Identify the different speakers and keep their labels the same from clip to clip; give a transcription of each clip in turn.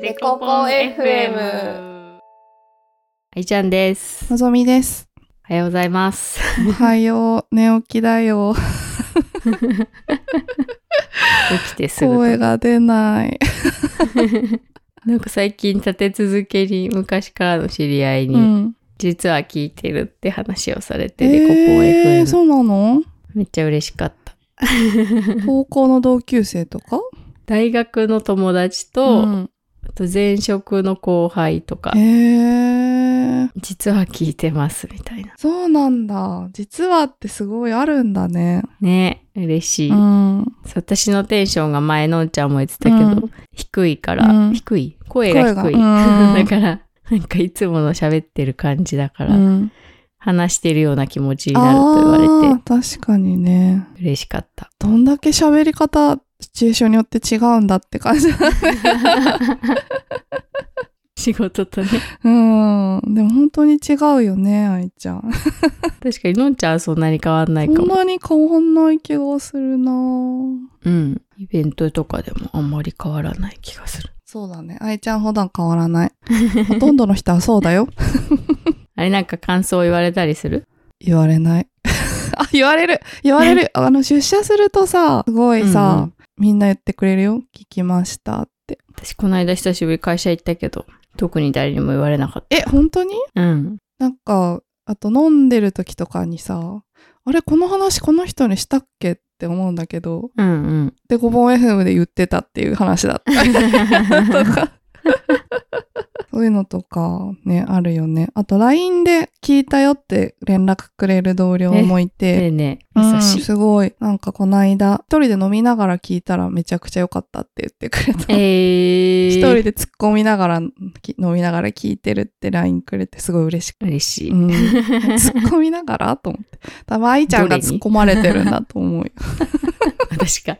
Speaker 1: デコポン FM
Speaker 2: はいちゃんです
Speaker 3: の。ぞ みです。
Speaker 2: おはようございます。
Speaker 3: おはよう、寝起きだよ。
Speaker 2: 起きてすぐと
Speaker 3: 声が出ない。
Speaker 2: なんか最近立て続けに昔からの知り合いに、
Speaker 3: うん。
Speaker 2: 実は聞いてるって話をされて、デコポン
Speaker 3: えー、
Speaker 2: FM
Speaker 3: そうなの
Speaker 2: めっちゃ嬉しかった。
Speaker 3: 高校の同級生とか
Speaker 2: 大学の友達と、
Speaker 3: うん。
Speaker 2: あと前職の後輩とか
Speaker 3: え、ー、
Speaker 2: 実は聞いてますみたいな。
Speaker 3: そうなんだ。実はってすごいあるんだね。
Speaker 2: ね、嬉しい。
Speaker 3: うん。
Speaker 2: 私のテンションが前のんちゃんも言ってたけど、
Speaker 3: うん
Speaker 2: 低いから、
Speaker 3: うん
Speaker 2: 低い声が低い。
Speaker 3: 声がうん
Speaker 2: だから、なんかいつもの喋ってる感じだ から、
Speaker 3: うん、
Speaker 2: 話してるような気持ちになると言われ
Speaker 3: あ
Speaker 2: て、
Speaker 3: あ、確かにね。
Speaker 2: 嬉しかった。
Speaker 3: どんだけ喋り方、シチュエーションによって違うんだって感じ。
Speaker 2: 仕事とね。
Speaker 3: うん。でも本当に違うよね、愛ちゃん。
Speaker 2: 確かに、のんちゃんはそんなに変わんないか
Speaker 3: そん
Speaker 2: も。
Speaker 3: なに変わんない気がするな
Speaker 2: うん。イベントとかでもあんまり変わらない気がする。
Speaker 3: そうだね。愛ちゃんほどは変わらない。 ほとんどの人はそうだよ。
Speaker 2: あれなんか感想言われたりする
Speaker 3: 言われない。 あ、言われる言われ るあの、出社するとさ、すごいさ、みんな言ってくれるよ。聞きましたって。
Speaker 2: 私、この間久しぶり会社行ったけど、特に誰にも言われなかっ
Speaker 3: え、本当に
Speaker 2: た。うん。
Speaker 3: なんか、あと飲んでる時とかにさ、あれ、この話この人にしたっけって思うんだけど、
Speaker 2: うんうん。
Speaker 3: で、ごぼん FM で言ってたっていう話だった。と か。そういうのとかね、あるよね。あと LINE で聞いたよって連絡くれる同僚もいて、
Speaker 2: 丁寧。
Speaker 3: うん
Speaker 2: 優しい。
Speaker 3: すごい。なんかこの間、一人で飲みながら聞いたらめちゃくちゃ良かったって言ってくれた。
Speaker 2: えー。
Speaker 3: 一人で突っ込みながら、き飲みながら聞いてるって LINE くれてすごい嬉しく
Speaker 2: 嬉しい。
Speaker 3: うん突っ込みながらと思って。多分愛ちゃんが突っ込まれてるんだと思うよ。
Speaker 2: 確か。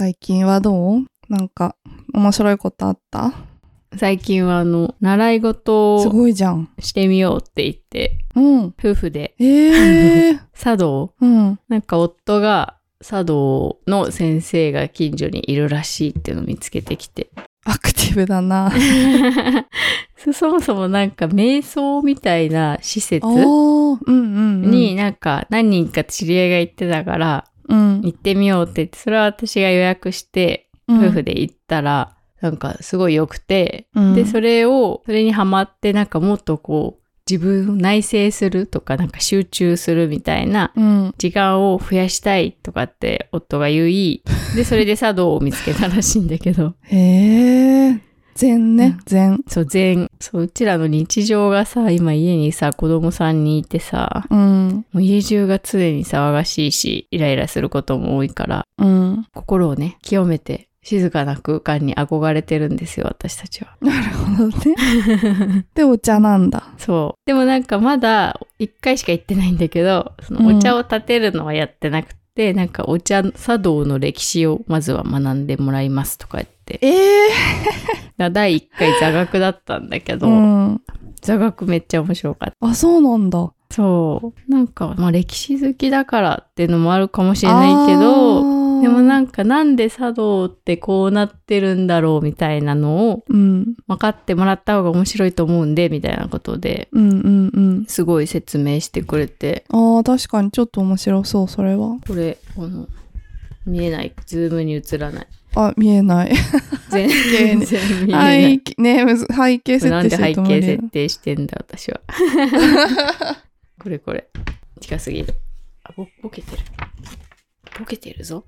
Speaker 3: 最近はどうなんか、面白いことあった
Speaker 2: 最近はあの、習い事
Speaker 3: す
Speaker 2: を
Speaker 3: ごいじゃん。
Speaker 2: してみようって言って、
Speaker 3: うん。
Speaker 2: 夫婦で
Speaker 3: ええ ー。
Speaker 2: 茶道
Speaker 3: うん。
Speaker 2: なんか夫が茶道の先生が近所にいるらしいっていうのを見つけてき て。
Speaker 3: アクティブだな。
Speaker 2: そそもそもなんか瞑想みたいな施設
Speaker 3: おーうんうん、うん。
Speaker 2: に、なんか何人か知り合いが行ってたから
Speaker 3: うん、
Speaker 2: 行ってみようって言って、それは私が予約して夫婦で行ったら、なんかすごい良くて、
Speaker 3: うん
Speaker 2: で、それを、それにハマって、なんかもっとこう、自分を内省するとか、なんか集中するみたいな
Speaker 3: うん。
Speaker 2: 時間を増やしたいとかって夫が言い、で、それで茶道を見つけたらしいんだけど、
Speaker 3: へえ。禅ね、禅。
Speaker 2: そう、全、そう、うちらの日常がさ、今家にさ、子供さんにいてさ、
Speaker 3: うん。
Speaker 2: もう家中が常に騒がしいし、イライラすることも多いから、
Speaker 3: うん。
Speaker 2: 心をね、清めて、静かな空間に憧れてるんですよ、私たちは。
Speaker 3: なるほどね。で、お茶なんだ。
Speaker 2: そう。でもなんかまだ一回しか行ってないんだけど、そのお茶を立てるのはやってなくて、なんかお茶、茶道の歴史をまずは学んでもらいますとか言って。
Speaker 3: ええ
Speaker 2: だ第1回座学だったんだけど、
Speaker 3: うん。
Speaker 2: 座学めっちゃ面白かった。
Speaker 3: あ、そうなんだ。
Speaker 2: そう。なんか、まあ歴史好きだからっていうのもあるかもしれないけど、でもなん
Speaker 3: か、
Speaker 2: んかなんで茶道ってこうなってるんだろうみたいなのを
Speaker 3: うん。
Speaker 2: 分かってもらった方が面白いと思うんで、みたいなことで、
Speaker 3: うんうんうん。
Speaker 2: すごい説明してくれて、
Speaker 3: ああ、確かにちょっと面白そう、それは。
Speaker 2: これ、この、見えない。ズームに映らない。
Speaker 3: あ、見えない。
Speaker 2: 全然見えな
Speaker 3: 背
Speaker 2: い。
Speaker 3: 景、 ね、むず背景設
Speaker 2: なんで
Speaker 3: 定して
Speaker 2: 背
Speaker 3: ると思う
Speaker 2: 景
Speaker 3: けど
Speaker 2: 設定してんだ、私 は。これこれ。近すぎる。あ、ぼ、ぼけてる。ぼけてるぞ。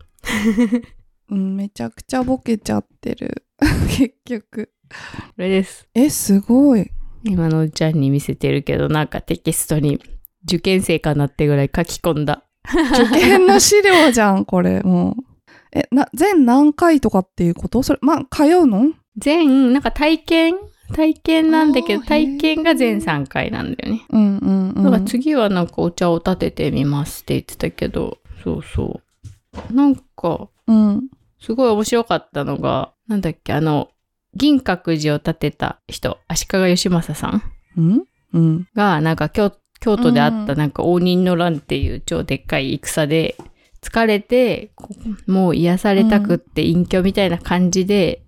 Speaker 3: うん、めちゃくちゃボケちゃってる。 結局。
Speaker 2: これです。
Speaker 3: え、すごい。
Speaker 2: 今のうちゃんに見せてるけど、なんかテキストに受験生かなってぐらい書き込んだ。
Speaker 3: 受験の資料じゃん、これ、もう。え、な、全何回とかっていうことそれ、まあ、通うの
Speaker 2: 全、なんか体験体験なんだけど、
Speaker 3: あーへー
Speaker 2: 体験が全3回なんだよね。
Speaker 3: うんうんうん。
Speaker 2: だから次はなんかお茶を立ててみますって言ってたけど、そうそう。なんか、
Speaker 3: うん。
Speaker 2: すごい面白かったのが、なんだっけ、あの、銀閣寺を建てた人、足利義政さん
Speaker 3: うんうん。
Speaker 2: が、なんか京京都であっ
Speaker 3: う
Speaker 2: た
Speaker 3: ん
Speaker 2: なんか応仁の乱っていう超でっかい戦で、疲れて、こもう癒されたくって隠居みたいな感じで、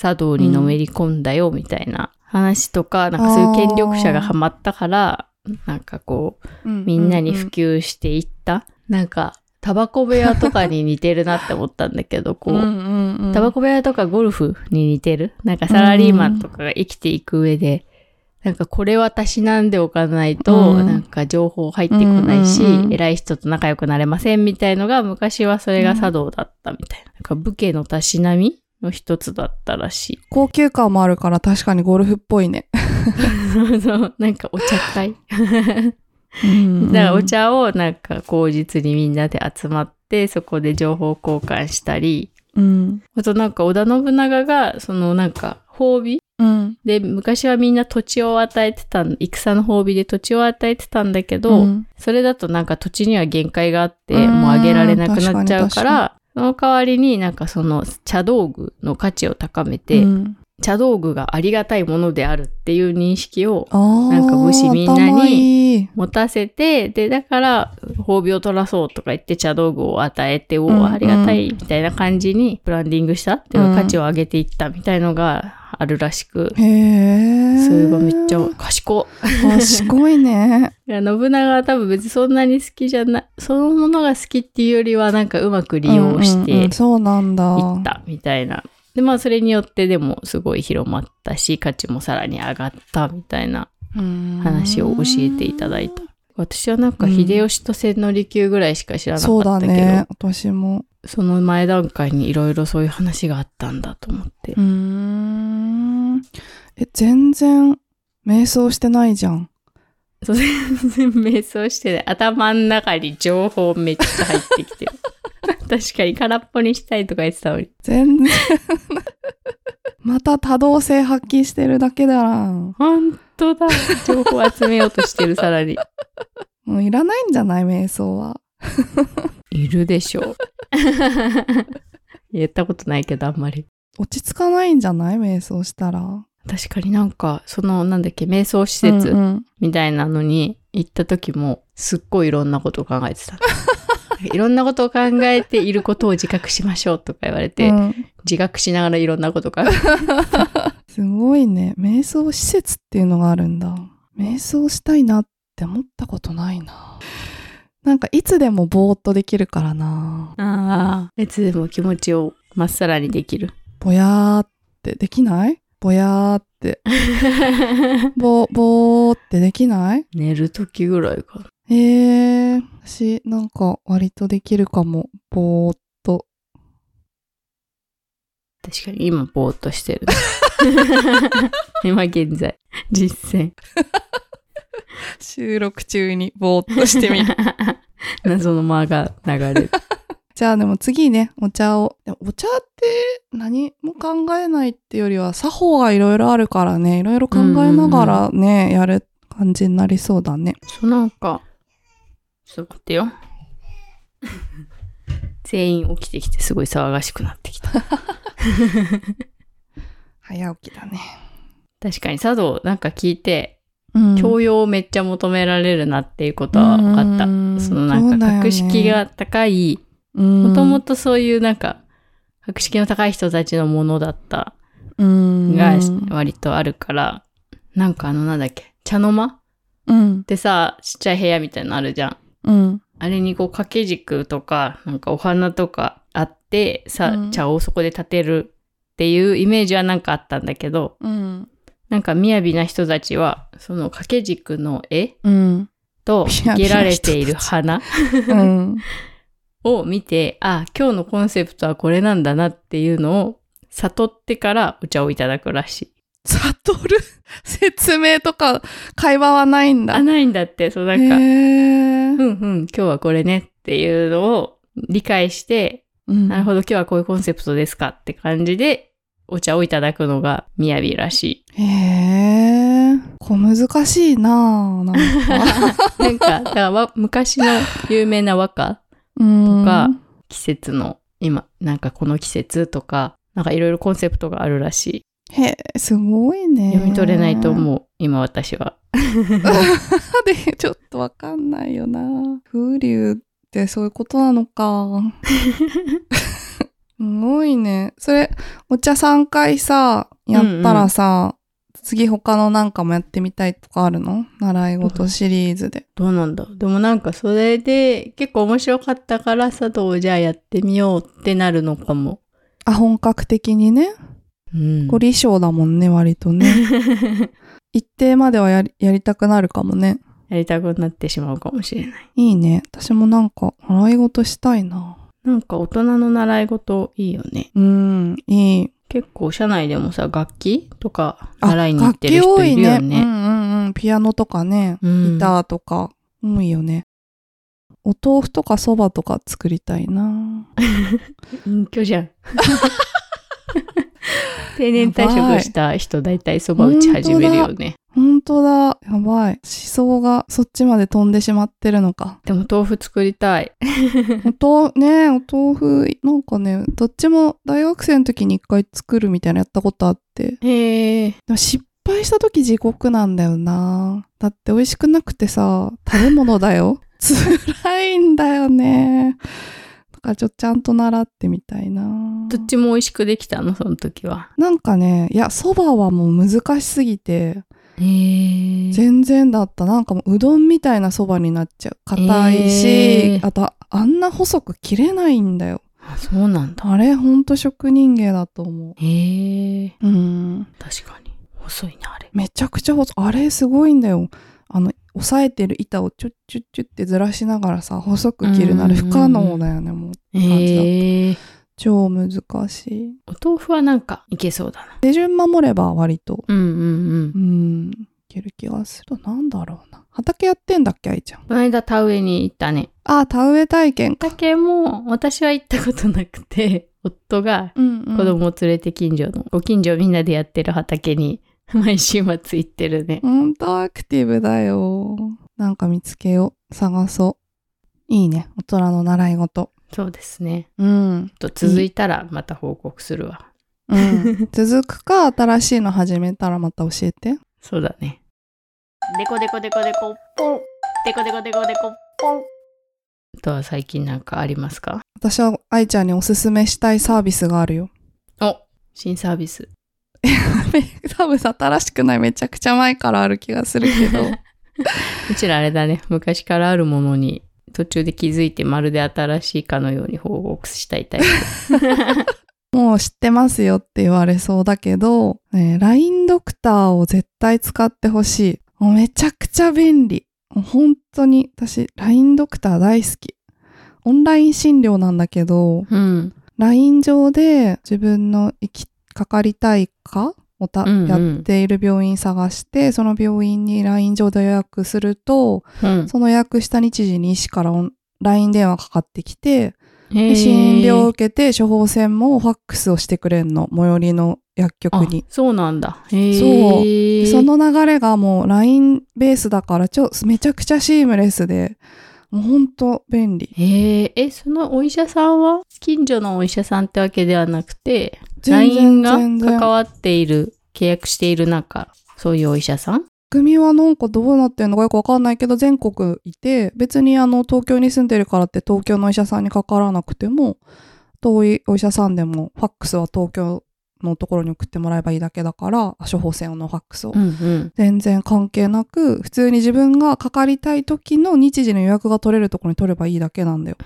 Speaker 2: 茶道にのめり込んだよみたいな話とか、なんかそういう権力者がハマったから、なんかこう、みんなに普及していった。なんか、タバコ部屋とかに似てるなって思ったんだけど、こう、
Speaker 3: う
Speaker 2: タバ
Speaker 3: コ
Speaker 2: コ部屋とかゴルフに似てるなんかサラリーマンとかが生きていく上で、なんかこれはたしなんでおかないと、
Speaker 3: うん
Speaker 2: なんか情報入ってこないし、
Speaker 3: うんうんうん
Speaker 2: 偉い人と仲良くなれませんみたいのが、昔はそれが茶道だったみたいな。なんか武家のたしなみの一つだったら しい。
Speaker 3: 高級感もあるから確かにゴルフっぽ いね。
Speaker 2: そうそうなんかお茶 会だからお茶をなんか口実にみんなで集まって、そこで情報交換したり、
Speaker 3: うん。
Speaker 2: あとなんか織田信長が、そのなんか褒美
Speaker 3: うん。
Speaker 2: で、昔はみんな土地を与えてたん、戦の褒美で土地を与えてたんだけど、
Speaker 3: うん
Speaker 2: それだとなんか土地には限界があって、
Speaker 3: うん
Speaker 2: もうあげられなくなっちゃう
Speaker 3: 確か
Speaker 2: か
Speaker 3: に確
Speaker 2: ら、その代わりになんかその茶道具の価値を高めて、
Speaker 3: うん
Speaker 2: 茶道具がありがたいものであるっていう認識を
Speaker 3: あー
Speaker 2: なんか武士みんなに
Speaker 3: 頭いい
Speaker 2: 持たせて、で、だから、褒美を取らそうとか言って茶道具を与えて、お
Speaker 3: うんうん
Speaker 2: おありがたいみたいな感じにブランディングしたっていうか価値を上げていったみたいのがあるらしく、
Speaker 3: へえ。
Speaker 2: それがめっちゃ賢っ。
Speaker 3: 賢いね。
Speaker 2: いや、信長は多分別にそんなに好きじゃない、そのものが好きっていうよりはなんかうまく利用して
Speaker 3: うんうん
Speaker 2: い
Speaker 3: うんそうなんだ。
Speaker 2: ったみたいな。で、まあそれによってでもすごい広まったし、価値もさらに上がったみたいな話を教えていただいた。私はなんか秀吉と千利休ぐらいしか知らなか
Speaker 3: そう
Speaker 2: った
Speaker 3: だ
Speaker 2: けど、そ
Speaker 3: ね。私も。
Speaker 2: の前段階にいろいろそういう話があったんだと思って
Speaker 3: う。ーん。え、全然、瞑想してないじゃん。
Speaker 2: そう全然瞑想してない。頭の中に情報めっちゃ入って きてる。確かに空っぽにしたいとか言ってたのに。
Speaker 3: 全然。また多動性発揮してるだけだな。も
Speaker 2: 本当だ。情報集めようとしてる、さらに。
Speaker 3: ういらないんじゃない瞑想は。
Speaker 2: いるでしょ う。言ったことないけど、あんまり。
Speaker 3: 落ち着かないんじゃない瞑想したら。
Speaker 2: 確かになんか、その、なんだっけ、瞑想施設
Speaker 3: うん
Speaker 2: みたいなのに行った時も、すっごいいろんなことを考えて た。いろんなことを考えていることを自覚しましょうとか言われ
Speaker 3: うん
Speaker 2: て、
Speaker 3: うん
Speaker 2: 自覚しながらいろんなこと考えて。
Speaker 3: すごいね。瞑想施設っていうのがあるんだ。瞑想したいなって思ったことないな。なんかいつでもぼーっとできるからな。
Speaker 2: ああ。いつでも気持ちをまっさらにできる。
Speaker 3: ぼやーってできないぼやー って。ぼ、ぼーってできない
Speaker 2: 寝る時ぐらいかな。
Speaker 3: えー、私なんか割とできるかも。ぼーっと。
Speaker 2: 確かに今ぼーっとして る。今現在、実践。
Speaker 3: 収録中にぼーっとしてみる。
Speaker 2: 謎の間が流れる。
Speaker 3: じゃあでも次ね、お茶を。でもお茶って何も考えないってよりは、作法がいろいろあるからね、いろいろ考えながらね、やる感じになりそうだね。
Speaker 2: そうなんか、ちょっと待ってよ。全員起きてきてすごい騒がしくなってきた。
Speaker 3: 早起きだね。
Speaker 2: 確かに茶道なんか聞いて、
Speaker 3: うん
Speaker 2: 教養をめっちゃ求められるなっていうことは分かった。
Speaker 3: うん
Speaker 2: そのなんか格式、が高い、もともとそういうなんか、格式の高い人たちのものだった
Speaker 3: と
Speaker 2: が割とあるから、なんかあのなんだっけ、茶の間っ
Speaker 3: うん。
Speaker 2: てさ、ちっちゃい部屋みたいなのあるじゃん。
Speaker 3: うん。
Speaker 2: あれにこう掛け軸とか、なんかお花とかあって、さ、
Speaker 3: うん
Speaker 2: 茶をそこで立てるっていうイメージはなんかあったんだけど、
Speaker 3: うん。
Speaker 2: なんか雅な人たちは、その掛け軸の絵
Speaker 3: うん。
Speaker 2: と
Speaker 3: 雅な人たち
Speaker 2: げられている花
Speaker 3: うん。
Speaker 2: を見て、あ、今日のコンセプトはこれなんだなっていうのを悟ってからお茶をいただくらしい。
Speaker 3: 悟る 説明とか会話はないんだ。
Speaker 2: あ、ないんだって、そうな
Speaker 3: へ
Speaker 2: んか、
Speaker 3: ー
Speaker 2: うんうん、今日はこれねっていうのを理解して、
Speaker 3: うん
Speaker 2: なるほど、今日はこういうコンセプトですかって感じで、お茶をいただくのが雅らしい。
Speaker 3: へえ、小難しいなぁ、な ん
Speaker 2: な
Speaker 3: か。
Speaker 2: んか、だからわ昔の有名な和歌、
Speaker 3: うん
Speaker 2: とか季節の、今、なんかこの季節とか、なんかいろいろコンセプトがあるらし
Speaker 3: へえ、すごいね。
Speaker 2: い。読み取れないと
Speaker 3: う。
Speaker 2: 思う、今私は。
Speaker 3: で、ちょっとわかんない よな風流ってそういうことなのか。すごいね。それ、お茶3回さ、やったらさ、次他のなんかもやってみたいとかあるの習い事シリーズで。
Speaker 2: どうなんだでもなんかそれで結構面白かったから佐藤じゃあやってみようってなるのかも。
Speaker 3: あ、本格的にね。
Speaker 2: うん。
Speaker 3: 凝り性だもんね、割とね。一定まではやりやりたくなるかもね。
Speaker 2: やりたくなってしまうかもしれない。
Speaker 3: いいね。私もなんか、習い事したいな。
Speaker 2: なんか大人の習い事いいよね。
Speaker 3: うん、いい。
Speaker 2: 結構社内でもさ、楽器とか
Speaker 3: あ
Speaker 2: 習いに行ってる人いるよ
Speaker 3: 楽器多い
Speaker 2: ね。
Speaker 3: うんうんうん。ピアノとかね、
Speaker 2: うん
Speaker 3: ギターとか、多いよね。お豆腐とかそばとか作りたいな。
Speaker 2: 隠居 じゃん。定年退職した人大体そば打ち始めるよね。
Speaker 3: 本当だ。やばい。思想がそっちまで飛んでしまってる
Speaker 2: 。
Speaker 3: のか
Speaker 2: でも豆腐作りたい。
Speaker 3: お豆、ねお豆腐、なんかね、どっちも大学生の時に一回作るみたいなのやったことあって。
Speaker 2: へえ。
Speaker 3: でも失敗した時地獄なんだよな。だって美味しくなくてさ、食べ物だよ。 辛いんだよね。だからちょっとちゃんと習ってみたいな。
Speaker 2: どっちも美味しくできたのその時は。
Speaker 3: なんかね、いや、蕎麦はもう難しすぎて、
Speaker 2: へえ。
Speaker 3: 全然だった。なんかもううどんみたいな蕎麦になっちゃう。硬いし、
Speaker 2: えー
Speaker 3: あとあんな細く切れないんだよ。
Speaker 2: あそうなんだ。
Speaker 3: あれ、ほんと職人芸だと思
Speaker 2: へえ。
Speaker 3: う。うん。
Speaker 2: 確かに。細いな、あれ。
Speaker 3: めちゃくちゃ細あれすごいんだよあの押さえてる板をチュッチュッチュッってずらしながらさ細く切るなら
Speaker 2: うんうんうん
Speaker 3: 不可能だよねもう
Speaker 2: へえ。
Speaker 3: 超難しい
Speaker 2: お豆腐はなんかいけそうだな。
Speaker 3: 手順守れば割と
Speaker 2: うんうんうん
Speaker 3: う。んいける気がするなんだろうな畑やってんだっけ愛ちゃん
Speaker 2: この間田植えに行ったね。
Speaker 3: あ田植え体験か
Speaker 2: 畑も私は行ったことなくて、夫が
Speaker 3: うん、うん、
Speaker 2: 子供を連れて近所の、ご近所みんなでやってる畑に 毎週末行ってるね。
Speaker 3: ほんとアクティブだよなんか見つけよう探そういいね大人の習い事
Speaker 2: そうですね。
Speaker 3: うん
Speaker 2: と続いたらまた報告するわ。
Speaker 3: うん、続くか新しいの始めたらまた教えて
Speaker 2: そうだね。
Speaker 1: デコデコデコデコポン。デコデコデコデコポン。
Speaker 2: あとは最近なんかありますか
Speaker 3: 私は愛ちゃんにおすすめしたいサービスがあるよ。
Speaker 2: お新サービス。
Speaker 3: 多分さ新しくないめちゃくちゃ前からある気がするけ ど。
Speaker 2: うちらあれだね。昔からあるものに途中で気づいてまるで新しいかのように報告したいタイプ。
Speaker 3: もう知ってますよって言われそうだけど、ね、LINE ドクターを絶対使ってほしい。もうめちゃくちゃ便利。もう本当に私 LINE ドクター大好き。オンライン診療なんだけど、
Speaker 2: うん。
Speaker 3: LINE 上で自分の行きかかりたいかをた、
Speaker 2: うんうん
Speaker 3: やっている病院探して、その病院に LINE 上で予約すると、
Speaker 2: うん。
Speaker 3: その予約した日時に医師からオン LINE 電話かかってきて、
Speaker 2: へー
Speaker 3: で診療を受けて処方箋もファックスをしてくれんの、最寄りの薬局に
Speaker 2: あ。そうなんだ。へえ。
Speaker 3: そうその流れがもう LINE ベースだからちょ、めちゃくちゃシームレスで、もうほんと便利。
Speaker 2: へえ、え、そのお医者さんは近所のお医者さんってわけではなくて、
Speaker 3: 全
Speaker 2: LINE
Speaker 3: 然
Speaker 2: が
Speaker 3: 全然
Speaker 2: 関わっている、契約しているなんか、そういうお医者さん
Speaker 3: 組はなんかどうなってるのかよくわかんないけど全国いて別にあの東京に住んでるからって東京のお医者さんにかからなくても遠いお医者さんでもファックスは東京のところに送ってもらえばいいだけだから処方箋用のファックスを、
Speaker 2: んうん。
Speaker 3: 全然関係なく普通に自分がかかりたい時の日時の予約が取れるところに取ればいいだけなんだよ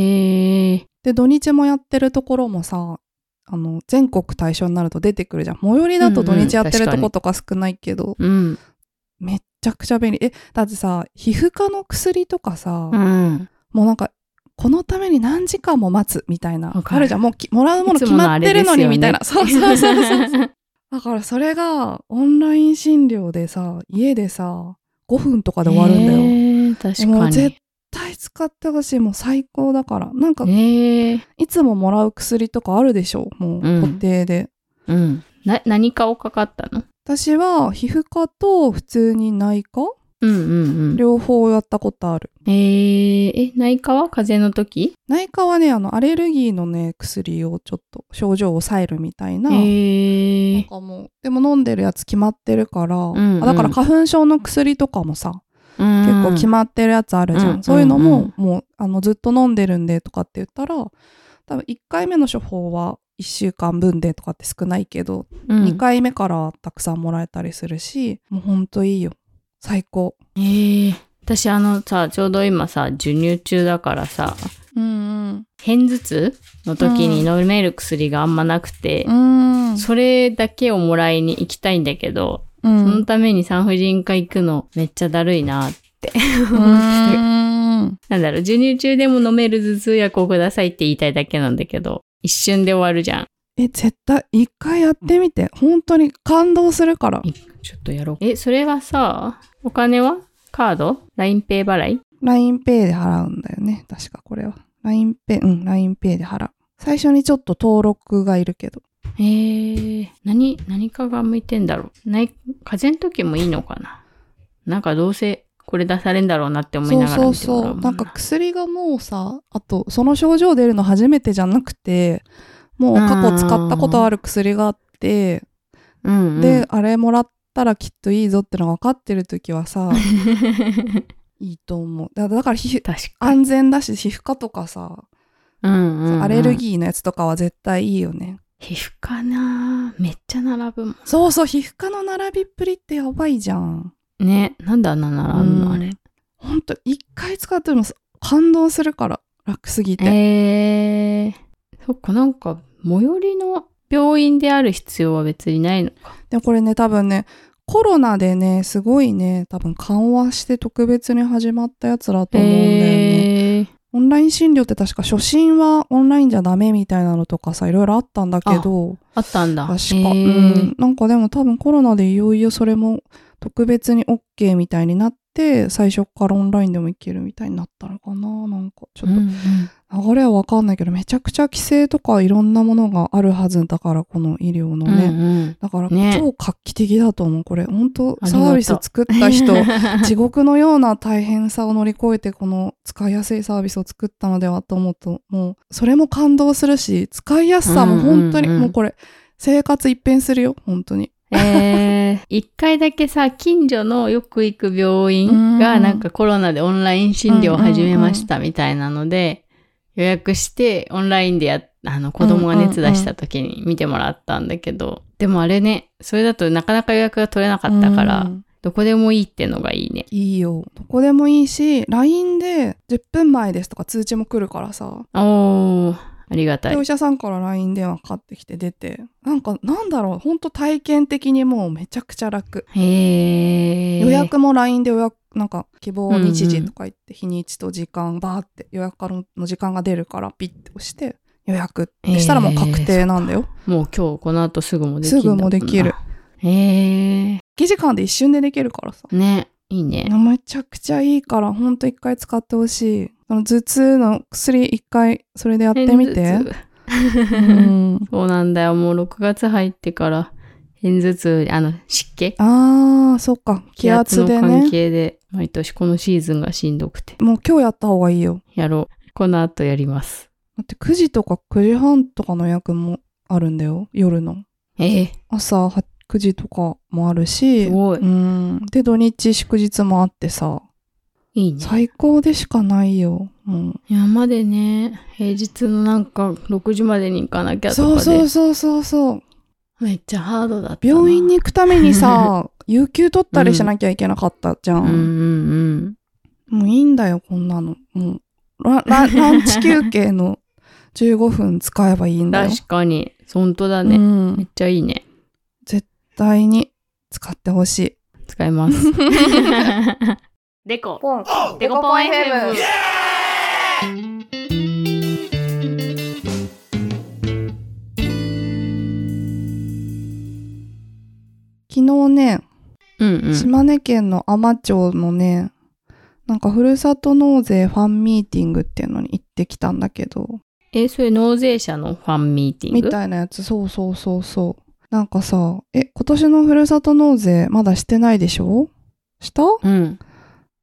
Speaker 2: へえ、
Speaker 3: で土日もやってるところもさあの全国対象になると出てくるじゃん最寄りだと土日やってるとことか少ないけど、
Speaker 2: うん。
Speaker 3: めっちゃくちゃ便利。え、だってさ、皮膚科の薬とかさ、
Speaker 2: うん。
Speaker 3: もうなんか、このために何時間も待つみたいな。
Speaker 2: わかる
Speaker 3: あるじゃん。もうきもらうもの
Speaker 2: いつ
Speaker 3: 決
Speaker 2: もの
Speaker 3: ま
Speaker 2: あ
Speaker 3: っ
Speaker 2: れ
Speaker 3: て
Speaker 2: です
Speaker 3: る
Speaker 2: よ
Speaker 3: の
Speaker 2: ね
Speaker 3: にみたいな。そうそうそうそう。 だからそれが、オンライン診療でさ、家でさ、5分とかで終わるんだよ。絶
Speaker 2: へえ、確
Speaker 3: も
Speaker 2: か
Speaker 3: う絶
Speaker 2: に。
Speaker 3: 対使ってほしい。もう最高だから。なんか、
Speaker 2: へえ、
Speaker 3: いつももらう薬とかあるでしょ。もう、
Speaker 2: うん
Speaker 3: 固定で。
Speaker 2: うん。な、何かをかかったの
Speaker 3: 私は、皮膚科と普通に内科
Speaker 2: うんうん
Speaker 3: 両方やったことある。
Speaker 2: うん。へえ、え、内科は風邪の時
Speaker 3: 内科はね、あの、アレルギーのね、薬をちょっと症状を抑えるみたいな。
Speaker 2: へ
Speaker 3: なん
Speaker 2: え、
Speaker 3: かもう、でも飲んでるやつ決まってるから、
Speaker 2: んうん
Speaker 3: あだから花粉症の薬とかもさ、
Speaker 2: 結
Speaker 3: 結構決まってるやつあるじゃん。
Speaker 2: うん
Speaker 3: そういうの
Speaker 2: う
Speaker 3: も、
Speaker 2: んうん
Speaker 3: もう、あの、ずっと飲んでるんでとかって言ったら、多分1回目の処方は1週間分でとかって少ないけど、
Speaker 2: うん
Speaker 3: 2回目からたくさんもらえたりするしもうほんといいよ最高
Speaker 2: ええ私あのさ、ちょうど今さ、授乳中だからさ、
Speaker 3: うん
Speaker 2: 片頭痛の時に飲める薬があんまなくて
Speaker 3: う、んうん
Speaker 2: それだけをもらいに行きたいんだけど、
Speaker 3: う
Speaker 2: その
Speaker 3: ん
Speaker 2: ために産婦人科行くのめっちゃだるいな。
Speaker 3: うん
Speaker 2: なんだろう、授乳中でも飲める頭痛薬をくださいって言いたいだけなんだけど、一瞬で終わるじゃん。
Speaker 3: え絶対一回やってみて本当に感動するから
Speaker 2: ちょっとやろう。え、それはさ、お金はカード ?LINEPay 払い
Speaker 3: LINEPay で払うんだよね確かこれは LINEPay うん LINEPay で払う最初にちょっと登録がいるけど
Speaker 2: えー、何、何かが向いてんだろう。ない、風邪の時もいいのかななんかどうせこれ出されんだろうなって思い
Speaker 3: そ
Speaker 2: な
Speaker 3: う
Speaker 2: がら
Speaker 3: そう
Speaker 2: 見ても
Speaker 3: そ
Speaker 2: らう
Speaker 3: う
Speaker 2: もん
Speaker 3: なんか薬がもうさあとその症状出るの初めてじゃなくてもう過去使ったことある薬があって
Speaker 2: うんうん、
Speaker 3: で、あれもらったらきっといいぞってのが分かってる時 はさいいと思うだだから皮膚
Speaker 2: 確かに。
Speaker 3: 安全だし皮膚科とかさ、
Speaker 2: うんうんうん
Speaker 3: アレルギーのやつとかは絶対いいよね
Speaker 2: 皮膚科なぁめっちゃ並ぶもん。
Speaker 3: そうそう皮膚科の並びっぷりってやばいじゃん
Speaker 2: ね、なんであんな並ぶの、あれ。
Speaker 3: ほんと一回使っても感動するから楽すぎて、
Speaker 2: えー、そっか、なんか、最寄りの病院である必要は別にないのか。
Speaker 3: でもこれね多分ねコロナでねすごいね多分緩和して特別に始まったやつだと思うんだよね、
Speaker 2: えー
Speaker 3: オンライン診療って確か初診はオンラインじゃダメみたいなのとかさいろいろあったんだけど
Speaker 2: あったんだ。
Speaker 3: 確か、
Speaker 2: え
Speaker 3: う
Speaker 2: ー
Speaker 3: ん、なんかでも多分コロナでいよいよそれも特別に OK みたいになって最初からオンラインでも行けるみたいになったのかななんかちょ
Speaker 2: う
Speaker 3: っと
Speaker 2: んうん
Speaker 3: 流れはわかんないけどめちゃくちゃ規制とかいろんなものがあるはずだからこの医療のね、
Speaker 2: うんうん
Speaker 3: だから、
Speaker 2: ね
Speaker 3: 超画期的だと思うこれ本当
Speaker 2: ありが
Speaker 3: サ
Speaker 2: とう
Speaker 3: ービス作っ た人地獄のような大変さを乗り越えてこの使いやすいサービスを作ったのではと思うともうそれも感動するし使いやすさも本当に、
Speaker 2: うんうんうん
Speaker 3: もうこれ生活一変するよ本当に
Speaker 2: えー、一回だけさ、近所のよく行く病院
Speaker 3: う
Speaker 2: が
Speaker 3: ん
Speaker 2: なんかコロナでオンライン診療を始めましたみたいなので、予約してオンラインでや、あの子供が熱出した時に見てもらったんだけど、でもあれね、それだとなかなか予約が取れなかったから、
Speaker 3: うん
Speaker 2: どこでもいいってのがいいね。
Speaker 3: いいよどこでもいいし LINE で10分前ですとか通知も来るからさ
Speaker 2: おー、ありがたい
Speaker 3: でお医。者さんから LINE 電話かかってきて出てなんかなんだろう本当体験的にもうめちゃくちゃ楽
Speaker 2: へー。
Speaker 3: 予約も LINE で予約なんか希望日
Speaker 2: うん
Speaker 3: 時
Speaker 2: うん
Speaker 3: とか言って日にちと時間バーって予約からの時間が出るからピッて押して予約ってしたらもう確定なんだよ、
Speaker 2: もう今日この後すぐもできるんだんな
Speaker 3: すぐもできる。
Speaker 2: へー。
Speaker 3: 1時間で一瞬でできるからさ
Speaker 2: ね、いいね。
Speaker 3: めちゃくちゃいいからほんと一回使ってほしいその頭痛の薬一回それでやってみて
Speaker 2: 片頭痛
Speaker 3: うん
Speaker 2: そうなんだよ。もう6月入ってから、片頭痛、あの、湿気
Speaker 3: あーそっか気圧
Speaker 2: の
Speaker 3: で
Speaker 2: 関
Speaker 3: ね
Speaker 2: 係で、毎年このシーズンがしんどくて、
Speaker 3: もう今日やった方がいいよ
Speaker 2: やろう。この後やります。
Speaker 3: だって9時とか9時半とかの予約もあるんだよ夜の
Speaker 2: ええ
Speaker 3: 朝は9時とかもあるし
Speaker 2: すごい
Speaker 3: うんで土日祝日もあってさ
Speaker 2: いいね。
Speaker 3: 最高でしかないよ、うん、
Speaker 2: 今までね、平日のなんか6時までに行かなきゃとか
Speaker 3: そ
Speaker 2: で、
Speaker 3: うそうそうそうそう
Speaker 2: めっちゃハードだったな。
Speaker 3: 病院に行くため にさ有給取ったりしなきゃいけなかったじゃ、
Speaker 2: うんうんん
Speaker 3: もういいんだよこんなのもうララランチ休憩の15分使えばいい
Speaker 2: うんん。
Speaker 3: だよ
Speaker 2: 確かに、本当だね、
Speaker 3: うん
Speaker 2: めっちゃいいね。
Speaker 3: 絶対に使ってほしい
Speaker 2: 使います。
Speaker 1: デコ
Speaker 4: ポン、
Speaker 1: デ
Speaker 4: デ
Speaker 1: コ
Speaker 4: コ
Speaker 1: ポ
Speaker 4: ポ
Speaker 1: ン
Speaker 4: ン
Speaker 1: FM
Speaker 4: FM。
Speaker 3: 昨日ね
Speaker 2: うんうん。
Speaker 3: 島根県の海士町のね、なんかふるさと納税ファンミーティングっていうのに行ってきたんだけど、
Speaker 2: え、それ納税者のファンミーティン
Speaker 3: み
Speaker 2: グ
Speaker 3: たいなやつ、そうそうそうそう。なんかさ、え、今年のふるさと納税まだしてないでしょした
Speaker 2: うん。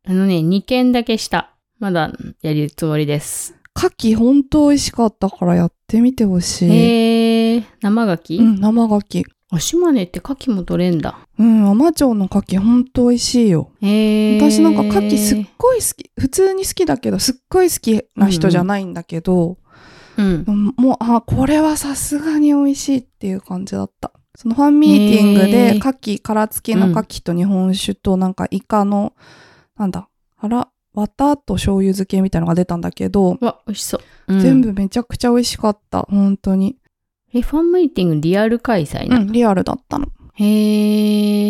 Speaker 2: あのね、2件だけした。まだやるつもりです。
Speaker 3: 牡蠣ほんと美味しかったからやってみてほしい。
Speaker 2: へえー、生牡蠣、
Speaker 3: うん、生牡蠣。
Speaker 2: あ、島根って牡蠣も取れんだ。
Speaker 3: うん、海士町の牡蠣ほんと美味しいよ。
Speaker 2: へえー。
Speaker 3: 私なんか牡蠣すっごい好き、普通に好きだけど、すっごい好きな人じゃないんだけど、
Speaker 2: うん
Speaker 3: う。んもう、あ、これはさすがに美味しいっていう感じだった。そのファンミーティング
Speaker 2: へ
Speaker 3: で、
Speaker 2: ー
Speaker 3: 牡蠣、殻付きの牡蠣と日本酒と、なんかイカの、なんだ、あら、綿と醤油漬けみたいなのが出たんだけど、
Speaker 2: うわ、美味しそう。うん
Speaker 3: 全部めちゃくちゃ美味しかった。本当に。
Speaker 2: え、ファンミーティングリアル開催
Speaker 3: う
Speaker 2: なの、
Speaker 3: ん、リアルだったの。
Speaker 2: へ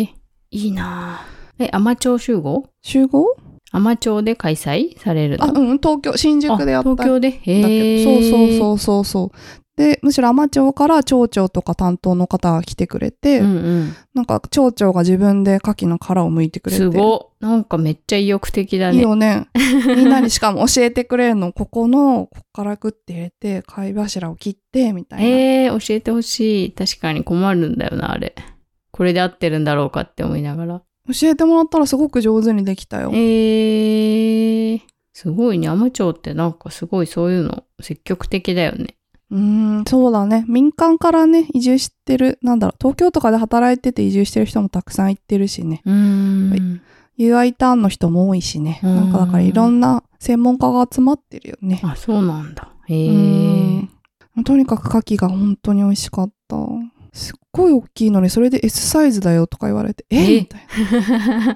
Speaker 2: え、いいなぁえ、海士町集合
Speaker 3: 集合
Speaker 2: 海士町で開催されるの
Speaker 3: あ、うん、東京、新宿でやったんだ
Speaker 2: 東
Speaker 3: けど。
Speaker 2: 京でへえ。
Speaker 3: そうそうそうそうそう。で、むしろ海士町から町長とか担当の方が来てくれて、
Speaker 2: うんうん。
Speaker 3: なんか町長が自分で牡蠣の殻を剥いてくれて。
Speaker 2: すごっ。なんかめっちゃ意欲的だ
Speaker 3: いい
Speaker 2: ね。
Speaker 3: よね。みんなにしかも教えてくれるの、ここの、こっからグッて入れて、貝柱を切って、みたいな。
Speaker 2: えー、教えてほしい。確かに困るんだよな、あれ。これで合ってるんだろうかって思いながら。
Speaker 3: 教えてもらったらすごく上手にできたよ。
Speaker 2: えー、すごいね。海士町ってなんかすごいそういうの積極的だよね。
Speaker 3: うーん、そうだね。民間からね、移住してる、なんだろう、東京とかで働いてて移住してる人もたくさん行ってるしね。
Speaker 2: うーん。
Speaker 3: はい UI ターンの人も多いしね。
Speaker 2: うん
Speaker 3: なんかだからいろんな専門家が集まってるよね。
Speaker 2: あ、そうなんだ。へ
Speaker 3: う
Speaker 2: え
Speaker 3: んとにかく牡蠣が本当に美味しかった。すっごい大きいのに、それで S サイズだよとか言われて、え
Speaker 2: え
Speaker 3: みたい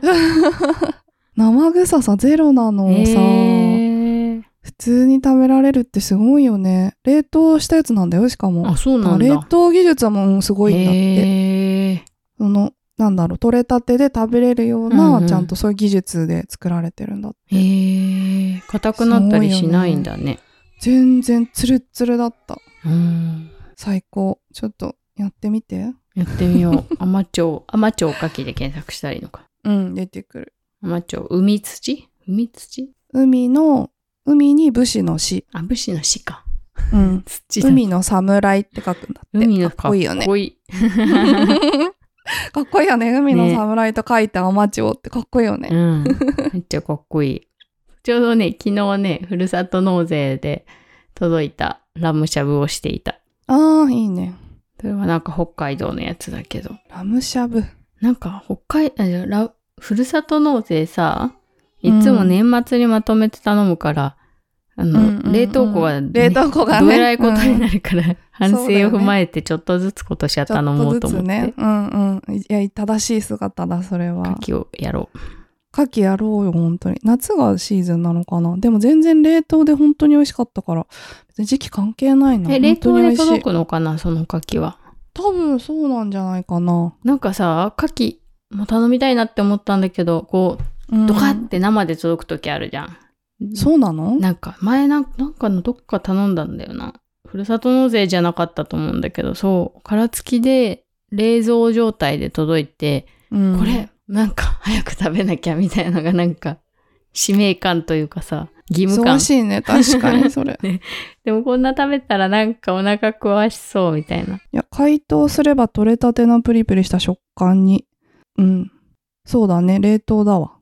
Speaker 3: な。 生臭さゼロなのを
Speaker 2: へ
Speaker 3: さ、
Speaker 2: ー
Speaker 3: 普通に食べられるってすごいよね冷凍したやつなんだよしかも
Speaker 2: あ、そうなんだ。
Speaker 3: 冷凍技術はもうすごいんだって
Speaker 2: へー
Speaker 3: そのなんだろう取れたてで食べれるよう
Speaker 2: うん
Speaker 3: な、
Speaker 2: うん
Speaker 3: ちゃんとそういう技術で作られてるんだって、
Speaker 2: へえ、硬くなったりしないんだね。
Speaker 3: 全然ツルッツルだった
Speaker 2: うん。
Speaker 3: 最高ちょっとやってみて
Speaker 2: やってみよ う。アマチョウ、アマチョウカキで検索したらいいのか。
Speaker 3: うん出てくる
Speaker 2: アマチョウ、海土海土
Speaker 3: 海の海に武士の死、
Speaker 2: あ、武士の死か。
Speaker 3: うん、
Speaker 2: 土だ。
Speaker 3: 海の侍って書くんだって
Speaker 2: 海の
Speaker 3: かっこいいよね
Speaker 2: かっこいい。
Speaker 3: かっこいいよね。海の侍と書いてアマチュアってかっこいいよね。
Speaker 2: うん。めっちゃかっこいい。ちょうどね、昨日ね、ふるさと納税で届いたラムしゃぶをしていた。
Speaker 3: ああ、いいね。
Speaker 2: それはなんか北海道のやつだけど。
Speaker 3: ラムしゃぶ。
Speaker 2: なんか北海、あじゃあラふるさと納税さ、いつも年末にまとめて頼むから、あの、
Speaker 3: うんうんうん
Speaker 2: 冷凍庫がね、
Speaker 3: 冷凍庫がね。
Speaker 2: どえらいことになるから、反省を
Speaker 3: そうだよね
Speaker 2: 踏まえてちょっとずつ今年は
Speaker 3: ちょ
Speaker 2: 頼もう
Speaker 3: っ
Speaker 2: と
Speaker 3: とず
Speaker 2: 思
Speaker 3: つ
Speaker 2: って、
Speaker 3: ね。うんうん。いや、正しい姿だ、それは。
Speaker 2: 牡蠣をやろう。
Speaker 3: 牡蠣やろうよ、本当に。夏がシーズンなのかな。でも全然冷凍で本当に美味しかったから、別に時期関係ないな。
Speaker 2: え、冷
Speaker 3: 本当
Speaker 2: 凍
Speaker 3: に美
Speaker 2: で
Speaker 3: 味しい
Speaker 2: 届くのかなその牡蠣は。
Speaker 3: 多分そうなんじゃないかな。
Speaker 2: なんかさ、牡蠣も頼みたいなって思ったんだけど、こ
Speaker 3: うん
Speaker 2: う、ドカって生で届く時あるじゃん。
Speaker 3: そうなの
Speaker 2: なんか、前なんなんかのどっか頼んだんだよな。ふるさと納税じゃなかったと思うんだけど、そう、殻付きで冷蔵状態で届いて、
Speaker 3: うん
Speaker 2: これ、なんか早く食べなきゃみたいなのがなんか、使命感というかさ、義務
Speaker 3: 忙
Speaker 2: 感。
Speaker 3: しいね、確か に、それ。
Speaker 2: でもこんな食べたらなんかお腹壊しそうみたいな。
Speaker 3: いや、解凍すれば取れたてのプリプリした食感に。うん。そうだね、冷凍だわ。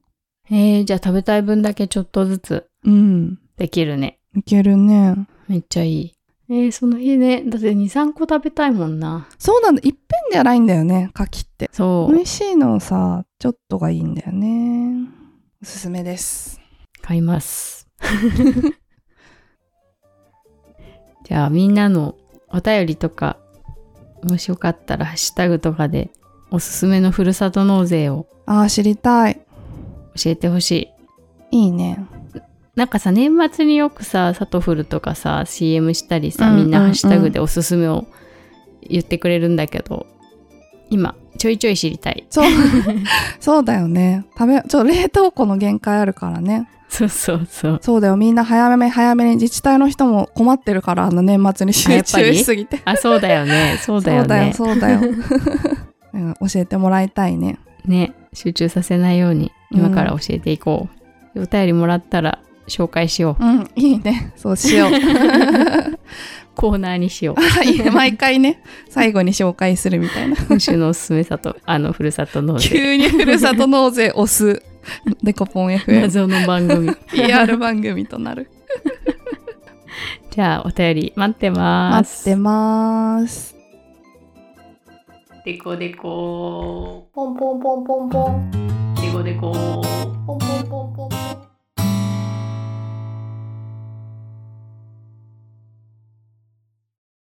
Speaker 2: えー、じゃあ食べたい分だけちょっとずつ
Speaker 3: うん。
Speaker 2: できるね。
Speaker 3: いけるね。
Speaker 2: めっちゃいい。えー、その日ね、だって2、3個食べたいもんな。
Speaker 3: そうなんだ、いっぺんじゃないんだよね、牡蠣って。
Speaker 2: そう。
Speaker 3: 美味しいのさ、ちょっとがいいんだよね。おすすめです。
Speaker 2: 買います。 じゃあみんなのお便りとかもしよかったらハッシュタグとかでおすすめのふるさと納税を
Speaker 3: ああ、知りたい。
Speaker 2: 教えてほしい。
Speaker 3: いいね。
Speaker 2: なんかさ年末によくさサトフルとかさ CM したりさ
Speaker 3: うんうんう
Speaker 2: み
Speaker 3: ん
Speaker 2: んなハッシュタグでおすすめを言ってくれるんだけど今ちょいちょい知りたい。
Speaker 3: そう。そうだよね。食べ、ちょ、冷凍庫の限界あるからね。
Speaker 2: そうそうそう。
Speaker 3: そうだよ。みんな早め早めに自治体の人も困ってるから、あの年末に
Speaker 2: あや
Speaker 3: 集
Speaker 2: っぱり
Speaker 3: 中しすぎて。
Speaker 2: あそうだよね。 そうだよね。
Speaker 3: そうだよ、そうだよ。 うん教えてもらいたいね。
Speaker 2: ね集中させないように今から教えていこう、お便りもらったら紹介しよう
Speaker 3: うん、いいね。そうし よう。
Speaker 2: コーナーにしよう
Speaker 3: はい毎回ね、最後に紹介するみたいな。
Speaker 2: 今週のおすすめさとあのふるさと納 税
Speaker 3: 急にふるさと納税 押す、デコポン FM
Speaker 2: 謎の番組
Speaker 3: PR 番組となる。
Speaker 2: じゃあお便り待ってま
Speaker 3: 待っ
Speaker 2: す
Speaker 3: てます。
Speaker 2: でこでこ
Speaker 1: ポンポンポンポンポン。
Speaker 2: でこでこ